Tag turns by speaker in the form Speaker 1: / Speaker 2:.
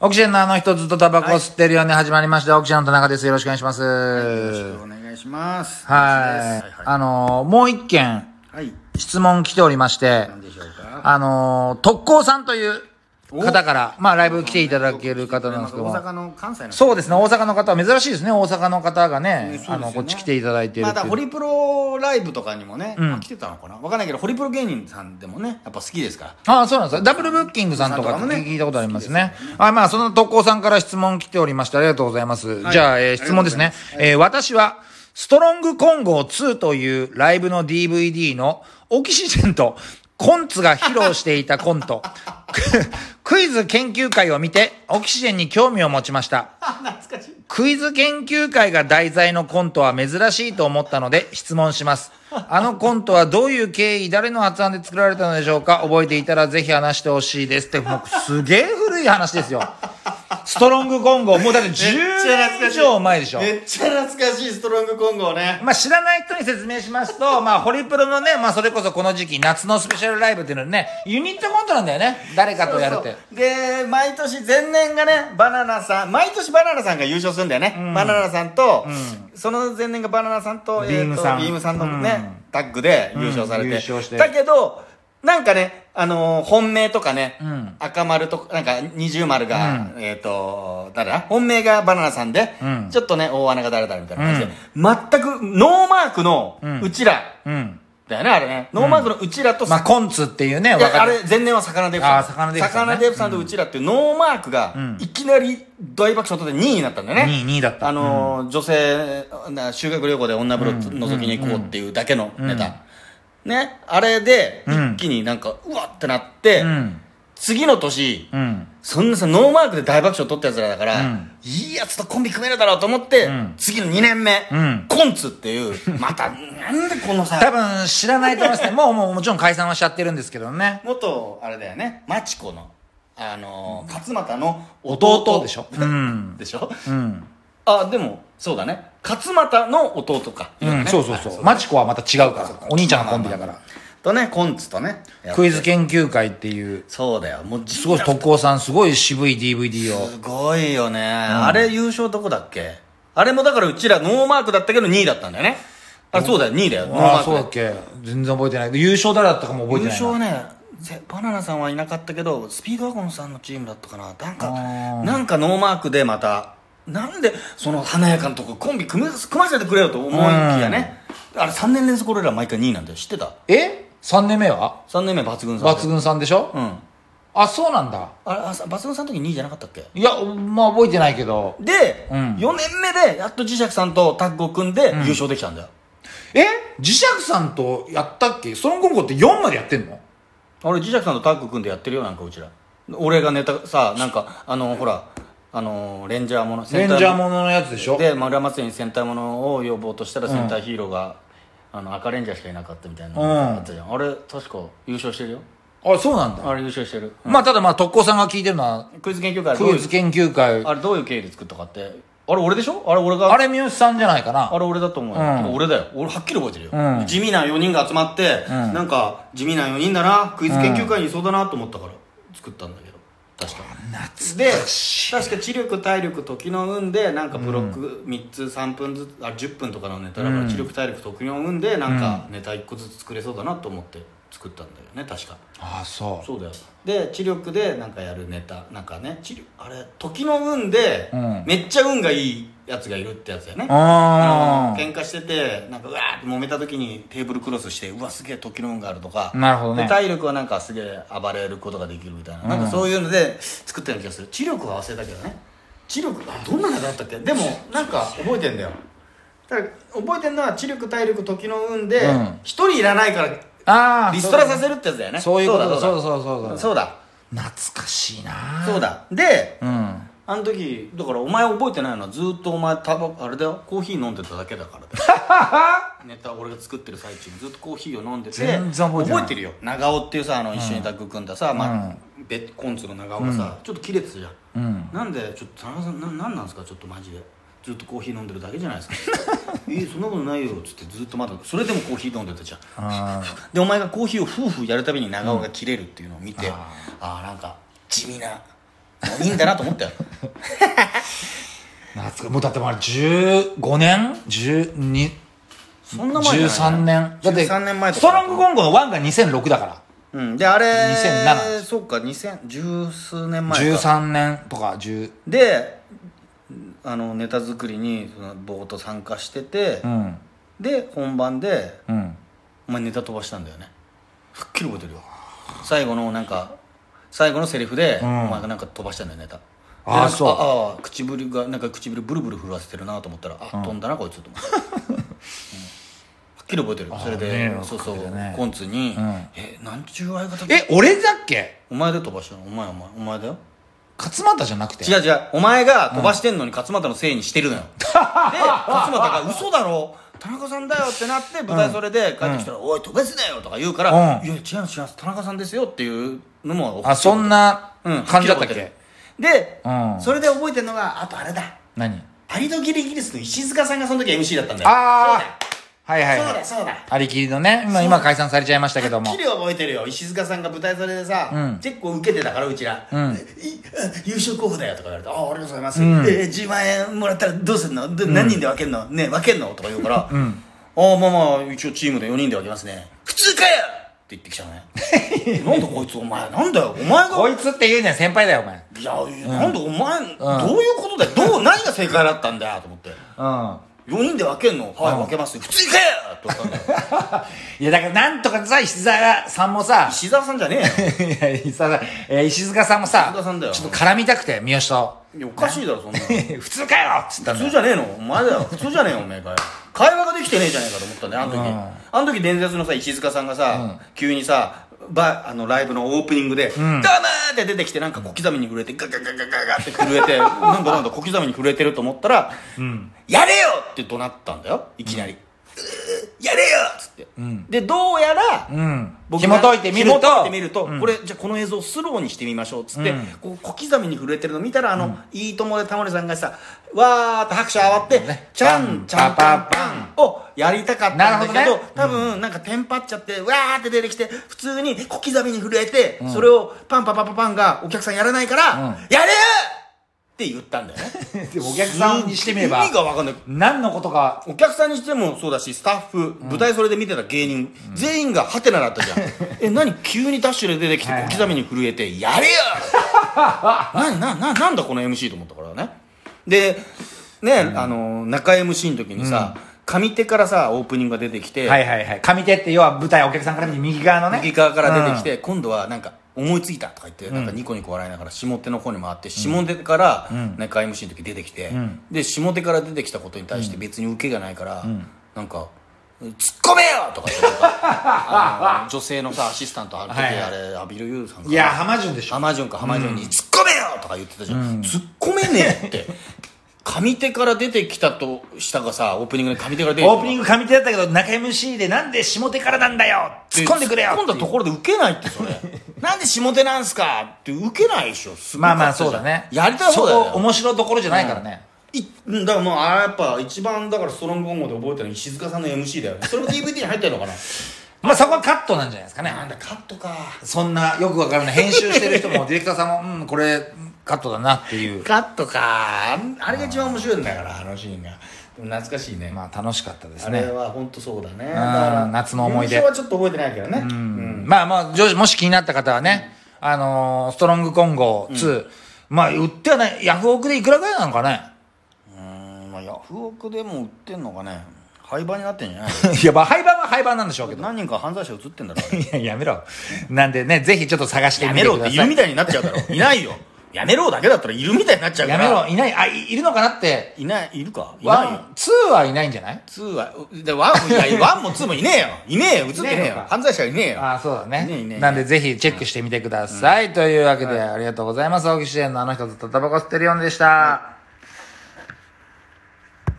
Speaker 1: オキシエンのあの人ずっとタバコ吸ってるよね、始まりました。オキシエンの田中です。よろしくお願いします。
Speaker 2: よろしくお願いします。
Speaker 1: はい。
Speaker 2: は
Speaker 1: あのーもう一件
Speaker 2: い。はい。
Speaker 1: 質問来ておりまして、
Speaker 2: 何でしょうか
Speaker 1: あのー特攻さんという方から、まあライブ来ていただける方なんですけど
Speaker 2: 大
Speaker 1: も、
Speaker 2: 阪の関西の。
Speaker 1: そうですね、大阪の方は珍しいですね、大阪の方がね、
Speaker 2: そうですよ
Speaker 1: あ
Speaker 2: ね
Speaker 1: の、こっち来ていただいてる
Speaker 2: ま
Speaker 1: って
Speaker 2: だ
Speaker 1: いう
Speaker 2: ホリプロライブとかにもね、あ来てたのかなわかんないけど、ホリプロ芸人さんでもね、やっぱ好きですから。
Speaker 1: ああ、そうなんですよダブルブッキングさんとか
Speaker 2: さんとかもね
Speaker 1: 聞いたことありますね。あまあ、その特攻さんから質問来ておりまして、ありがとうございます。
Speaker 2: い
Speaker 1: じゃあ、えー質問ですね。えー私は、ストロングコンゴ2というライブの DVD のオキシジェンとコンツが披露していたコント、 クイズ研究会を見て、オキシジェンに興味を持ちました。
Speaker 2: 懐かしい。
Speaker 1: クイズ研究会が題材のコントは珍しいと思ったので質問します。あのコントはどういう経緯、誰の発案で作られたのでしょうか覚えていたらぜひ話してほしいですって、もうすげえ古い話ですよ。ストロングコンゴ、もうだって10年以上前でしょ。
Speaker 2: めっちゃ懐かしい、ストロングコンゴね。
Speaker 1: まあ、知らない人に説明しますと、まあ、ホリプロのね、まあ、それこそこの時期、夏のスペシャルライブっていうのね、ユニットコントなんだよね。誰かとやるって。
Speaker 2: そうそうで毎年前年がねバナナさん毎年バナナさんが優勝するんだよね、バナナさんと、その前年がバナナさんと,、
Speaker 1: ビームさん
Speaker 2: とビームさんのね、タッグで優勝されて,、
Speaker 1: うん優勝して
Speaker 2: だけどなんかねあのー本命とかね、
Speaker 1: ん
Speaker 2: 赤丸とかなんか二重丸が、えっ、と誰だ本命がバナナさんで、
Speaker 1: うん
Speaker 2: ちょっとね大穴が誰だみたいな感じで、全くノーマークのうちら、
Speaker 1: うん。
Speaker 2: だよねあれねノーマークのうちらと
Speaker 1: まあ、コンツっていうね、
Speaker 2: いや
Speaker 1: 若手
Speaker 2: あれ前年は魚デープさん
Speaker 1: あー魚デープさんね
Speaker 2: 魚デープさんとうちらっていうノーマークが
Speaker 1: ん
Speaker 2: いきなり大爆笑とって2位になったんだよね
Speaker 1: 2位、2位だった
Speaker 2: あのー女性な修学旅行で女風呂覗きに行こうっていうだけのネタ、ねあれで
Speaker 1: うん
Speaker 2: 一気になんかうわってなって、
Speaker 1: うん。
Speaker 2: 次の年
Speaker 1: うん。
Speaker 2: そんなさノーマークで大爆笑取ったやつらだから、
Speaker 1: うん
Speaker 2: いいやつとコンビ組めるだろうと思って、
Speaker 1: ん
Speaker 2: 次の2年目、
Speaker 1: うん
Speaker 2: コンツっていうまたなんでこ のさ
Speaker 1: 多分知らないと思い ますね。もうもうもちろん解散はしちゃってるんですけどね。
Speaker 2: 元あれだよねマチコのあのー勝俣の弟
Speaker 1: 弟でしょ。うん。
Speaker 2: でしょ
Speaker 1: うん。
Speaker 2: あでもそうだね勝俣の弟か、
Speaker 1: うん、
Speaker 2: ね
Speaker 1: そうそうそう。マチコはまた違うから。お兄ちゃんのコンビだか
Speaker 2: まあ
Speaker 1: ら。
Speaker 2: とねコンツとね
Speaker 1: クイズ研究会っていう、
Speaker 2: そうだよもうす
Speaker 1: すごい特攻さん、すごい渋い DVD を。
Speaker 2: すごいよね、あれ優勝どこだっけあれもだからうちらノーマークだったけど2位だったんだよねあれそうだよ2位だよノーマ
Speaker 1: ああ、
Speaker 2: ーク
Speaker 1: そう
Speaker 2: で
Speaker 1: だっけ全然覚えてない。優勝誰だったかも覚えて
Speaker 2: 優
Speaker 1: ない
Speaker 2: 勝
Speaker 1: な。
Speaker 2: はねぜバナナさんはいなかったけどスピードワゴンさんのチームだったかななんか
Speaker 1: あー
Speaker 2: なんかノーマークでまたなんでその華やかなとこコンビ組め組ませてくれよと思いきやねあれ3年連続俺ら毎回2位なんだよ知ってた
Speaker 1: え ?3 年目は
Speaker 2: 3年目抜群さん
Speaker 1: 抜群さんでしょ
Speaker 2: うんあ
Speaker 1: あ、そうなんだ。
Speaker 2: あさ抜群さんの時2位じゃなかったっけ
Speaker 1: いや、まあ覚えてないけど。
Speaker 2: で、
Speaker 1: うん
Speaker 2: 4年目でやっと磁石さんとタッグを組んで優勝できたんだよ、
Speaker 1: え磁石さんとやったっけそのコンコって4までやってんの
Speaker 2: 俺磁石さんとタッグ組んでやってるよなんかうちら俺がネタさなんかあのほらあのレンジャーもの
Speaker 1: レンジャーもののやつでしょ
Speaker 2: で村松に戦隊ものを呼ぼうとしたら戦隊ヒーローが、あの赤レンジャーしかいなかったみたいなの
Speaker 1: うん
Speaker 2: あったじゃん、あれ確か優勝してるよ
Speaker 1: あ、そうなんだ。
Speaker 2: あれ優勝してる、
Speaker 1: まあ、ただまあ、特攻さんが聞いてるのは、
Speaker 2: クイズ研究会どう
Speaker 1: ク
Speaker 2: い
Speaker 1: イ
Speaker 2: う
Speaker 1: ズ研究会。
Speaker 2: あれどういう経緯で作ったかってあれ俺でしょあれ俺が
Speaker 1: あれ、三好さんじゃないか
Speaker 2: あ
Speaker 1: な。
Speaker 2: れ俺だと思うよ、
Speaker 1: うん
Speaker 2: てか俺だよ俺はっきり覚えてるよ、
Speaker 1: うん
Speaker 2: 地味な4人が集まって、
Speaker 1: ん
Speaker 2: なんか地味な4人だなクイズ研究会にいそうだなと思ったから作ったんだけど確かで確か知力体力時の運でなんかブロック3つ3分ずつあ10分とかのネタだから知力体力時の運でなんかネタ1個ずつ作れそうだなと思って作ったんだよね確か
Speaker 1: ああ、そ
Speaker 2: そうだよで知力でなんかやるネタなんかね知力あれ時の運で
Speaker 1: うん
Speaker 2: めっちゃ運がいいやつがいるってやつだよね
Speaker 1: う。あ
Speaker 2: あの
Speaker 1: あ。
Speaker 2: 喧嘩しててなんかうわーって揉めた時にテーブルクロスしてうわすげえ時の運があるとか
Speaker 1: なるほどね
Speaker 2: で体力はなんかすげえ暴れることができるみたいな,、なんかそういうので作ったような気がする知力は忘れたけどね知力あどんなのだったっけでもなんか覚えてんだよただ覚えてんのは知力体力時の運で
Speaker 1: うん
Speaker 2: 一、人いらないから
Speaker 1: ああ。
Speaker 2: リストラさ
Speaker 1: る。
Speaker 2: せるってやつだよね
Speaker 1: そういうことだ。そうだ
Speaker 2: だ
Speaker 1: そうだそうだ。
Speaker 2: そうだ
Speaker 1: 懐かしいな。
Speaker 2: そう。だで
Speaker 1: うん。
Speaker 2: あの時だからお前覚えてないのはずーっとお前タバあれだよコーヒー飲んでただけだからだよネタ俺が作ってる最中にずっとコーヒーを飲んでて
Speaker 1: 全然覚えてない
Speaker 2: るよ長尾っていうさあの一緒にタッグ組んださ、まあ、ベコンツの長尾がさ、ちょっと切れてたじゃん、
Speaker 1: うん。
Speaker 2: なんでちょっと田中さんななんなんですかちょっとマジでずっとコーヒー飲んでるだけじゃな いですかえそんなことないよっつってずっとまだそれでもコーヒー飲んでたじゃん
Speaker 1: あ
Speaker 2: でお前がコーヒーをフーフーやるたびに長尾が切れるっていうのを見て、ああなんか地味ないいんだなと思ったよ
Speaker 1: 懐かもうだってもうあれ15年12
Speaker 2: そんな前じゃない
Speaker 1: 13年だって
Speaker 2: 13年前と
Speaker 1: ス
Speaker 2: か
Speaker 1: トロングコンゴの1が2006だから
Speaker 2: うんであれ
Speaker 1: 2007
Speaker 2: そうか2000十数年前か
Speaker 1: 13年とか10
Speaker 2: であのネタ作りにそのボート参加してて、
Speaker 1: うん
Speaker 2: で本番で
Speaker 1: うん
Speaker 2: お前ネタ飛ばしたんだよねはっきり覚えてるよ最後のなんか最後のセリフで、お前がなんか飛ばしたんだよネタ
Speaker 1: あー
Speaker 2: でなんか
Speaker 1: そう
Speaker 2: ああ唇がなんか唇ブルブル震わせてるなと思ったらあ、飛んだなこいつと思って、うん はっきり覚えてるよそれで、
Speaker 1: ね
Speaker 2: そうそう、
Speaker 1: かっこいいね
Speaker 2: コンツに「
Speaker 1: ん
Speaker 2: えなんちゅう相方
Speaker 1: え俺だっけ
Speaker 2: お前で飛ばしたのお前お前お前だよ
Speaker 1: 勝俣じゃなくて
Speaker 2: 違う違うお前が飛ばしてんのに勝俣のせいにしてる のよで勝俣が「嘘だろ田中さんだよ」ってなって舞台それで帰ってきたら「おい飛べすねよ」とか言うから「
Speaker 1: うん
Speaker 2: いや違う違う田中さんですよ」っていうのも
Speaker 1: あそんな
Speaker 2: うん
Speaker 1: 感じだったっけ、
Speaker 2: で、
Speaker 1: うん
Speaker 2: それで覚えてるのがあとあれだ
Speaker 1: 何
Speaker 2: パリドギリギリスの石塚さんがその時 MC だったんだよ
Speaker 1: ああはいはい
Speaker 2: そう
Speaker 1: は
Speaker 2: だ
Speaker 1: い
Speaker 2: そうだそうだ
Speaker 1: ありきりのね今今解散されちゃいましたけど
Speaker 2: はっ
Speaker 1: も
Speaker 2: きり覚えてるよ石塚さんが舞台それでさ、
Speaker 1: うん
Speaker 2: 結構受けてたからうちら、
Speaker 1: ん
Speaker 2: いあ優勝候補だよとか言われて「あありがとうございます、えー10万円もらったらどうすんのど何人で分けんのねえ分けんの?」とか言うから「ああまあまあ一応チームで4人で分けますね普通かよ!」って言ってきたの ねなんだこいつお前なんだよお前が
Speaker 1: こいつって言うねん先輩だよお前うん
Speaker 2: いや、なんだお前、どういうことだよ どう何が正解だったんだよと思って4人で分けんのはい、分けます普通かよって言ったんだよ
Speaker 1: いやだからなんとかさ石澤さんも さ
Speaker 2: 石沢さんじゃねえ
Speaker 1: い
Speaker 2: よ
Speaker 1: や石澤さんえー石塚さんもさ
Speaker 2: 石塚さんだよ
Speaker 1: ちょっと絡みたくて三好 と
Speaker 2: いやおかしいだろそんなの
Speaker 1: 「普通かよ!」っつったんだ
Speaker 2: 普通
Speaker 1: よ
Speaker 2: じゃねえのお前だよ普通じゃねえよお前かよ会話ができてねえじゃねえかと思ったんだよあの時、
Speaker 1: うん
Speaker 2: あの時伝説のさ石塚さんがさ、急にさばあのライブのオープニングで「どうも!」って出てきてなんか小刻みに震えてガガガガガガって震えてなんだなんだ小刻みに震えてると思ったら「やれよ!」って怒鳴ったんだよいきなり「うーやれよ!」っつって、でどうやら、
Speaker 1: うん
Speaker 2: 僕が
Speaker 1: 紐解いてみると
Speaker 2: 紐解いてみると、これじゃあこの映像をスローにしてみましょうっつって、こう小刻みに震えてるの見たらあの、いいともでタモリさんがさわーっと拍手あわって、ちゃんちゃんパンパンをやりたかったんだけど
Speaker 1: なるほどね
Speaker 2: 多分なんかテンパっちゃってわーって出てきて普通に小刻みに震えて、それをパンパパパパンがお客さんやらないから、
Speaker 1: うん
Speaker 2: やれよって言ったんだよね
Speaker 1: で お客さんにしてみれば
Speaker 2: 意味がわかんない
Speaker 1: 何のことか
Speaker 2: お客さんにしてもそうだしスタッフ、舞台それで見てた芸人、全員がハテナ だったじゃんえ何急にダッシュで出てきて
Speaker 1: はいはい
Speaker 2: 小刻みに震えて「 やれよ!何」なななんだこの MC と思ったからねでね、あの中 MC の時にさ、上手からさオープニングが出てきて、
Speaker 1: はいはいはい上手って要は舞台お客さんから見て右側のね
Speaker 2: 右側から出てきて、今度はなんか思いついたとか言って、なんかニコニコ笑いながら下手の方に回って下手から中 MC の時出てきて、で下手から出てきたことに対して別に受けがないから、なんか「突っ込めよ!」とか言ってなんかあの女性のさアシスタントある時、
Speaker 1: はいはい
Speaker 2: あれ阿比留優さんか
Speaker 1: いや浜潤でしょ
Speaker 2: 浜順か浜順に「突っ込めよ!」とか言ってたじゃん、突っ込めねえって 上手から出てきたとしたがさオープニングで上手から出てきた
Speaker 1: オープニング上手だったけど中 MC でなんで下手からなんだよ突っ込んでくれよ
Speaker 2: 突っ込んだところで受けないってそれ なんで下手なんすかって受けないでしょすごか
Speaker 1: まあ
Speaker 2: った
Speaker 1: まあそ
Speaker 2: じゃん
Speaker 1: うだね
Speaker 2: やりたい方だ
Speaker 1: そ
Speaker 2: よ
Speaker 1: こ面白いところじゃないからね、
Speaker 2: いうんだからもうあれやっぱ一番だからストロングオンゴで覚えてるのは石塚さんの MC だよねそれも DVD に入ってるのかな
Speaker 1: まあそこはカットなんじゃないですかね
Speaker 2: なんだカットか
Speaker 1: そんなよくわからない編集してる人もディレクターさんもうんこれカットだなっていう
Speaker 2: カットかあんあれが一番面白いんだからあのシーンがでも懐かしいね、
Speaker 1: まあ楽しかったです
Speaker 2: あ
Speaker 1: ね
Speaker 2: れは本当そうだねだから
Speaker 1: 夏の思い出
Speaker 2: 優勝はちょっと覚えてないけどねう
Speaker 1: うんんまあまあ、上もし気になった方はね、あのーストロングコンゴ2、まあ、売ってはない、ヤフオクでいくらぐらいなのかね
Speaker 2: まあヤフオクでも売ってんのかね廃盤になってんじゃない
Speaker 1: いや、まあ、廃盤は廃盤なんでしょうけど。
Speaker 2: 何人か犯罪者映ってんだろあれ
Speaker 1: いや、やめろ。なんでね、ぜひちょっと探して
Speaker 2: や
Speaker 1: みて
Speaker 2: めろ
Speaker 1: くだ
Speaker 2: ってい
Speaker 1: さ
Speaker 2: る
Speaker 1: い。
Speaker 2: みたいになっちゃうだろ いないよやめろだけだったらいるみたいになっちゃうか
Speaker 1: や
Speaker 2: ら
Speaker 1: めろ、いない、あ、いいるのかなって。
Speaker 2: いないいるかい
Speaker 1: ワ
Speaker 2: ないよ
Speaker 1: ン、2はいないんじゃない
Speaker 2: ツーはでワンもいやワンもツーもいねえよいねえよ映って
Speaker 1: いね
Speaker 2: ね
Speaker 1: え
Speaker 2: え
Speaker 1: の
Speaker 2: よ
Speaker 1: か
Speaker 2: 犯罪者いねえよ
Speaker 1: ああ、そうだね
Speaker 2: ねえねえ
Speaker 1: なんでぜひチェックしてみてください。というわけで、ありがとうございます。青木支援のあの人ずっとタバコ吸ってるようでした。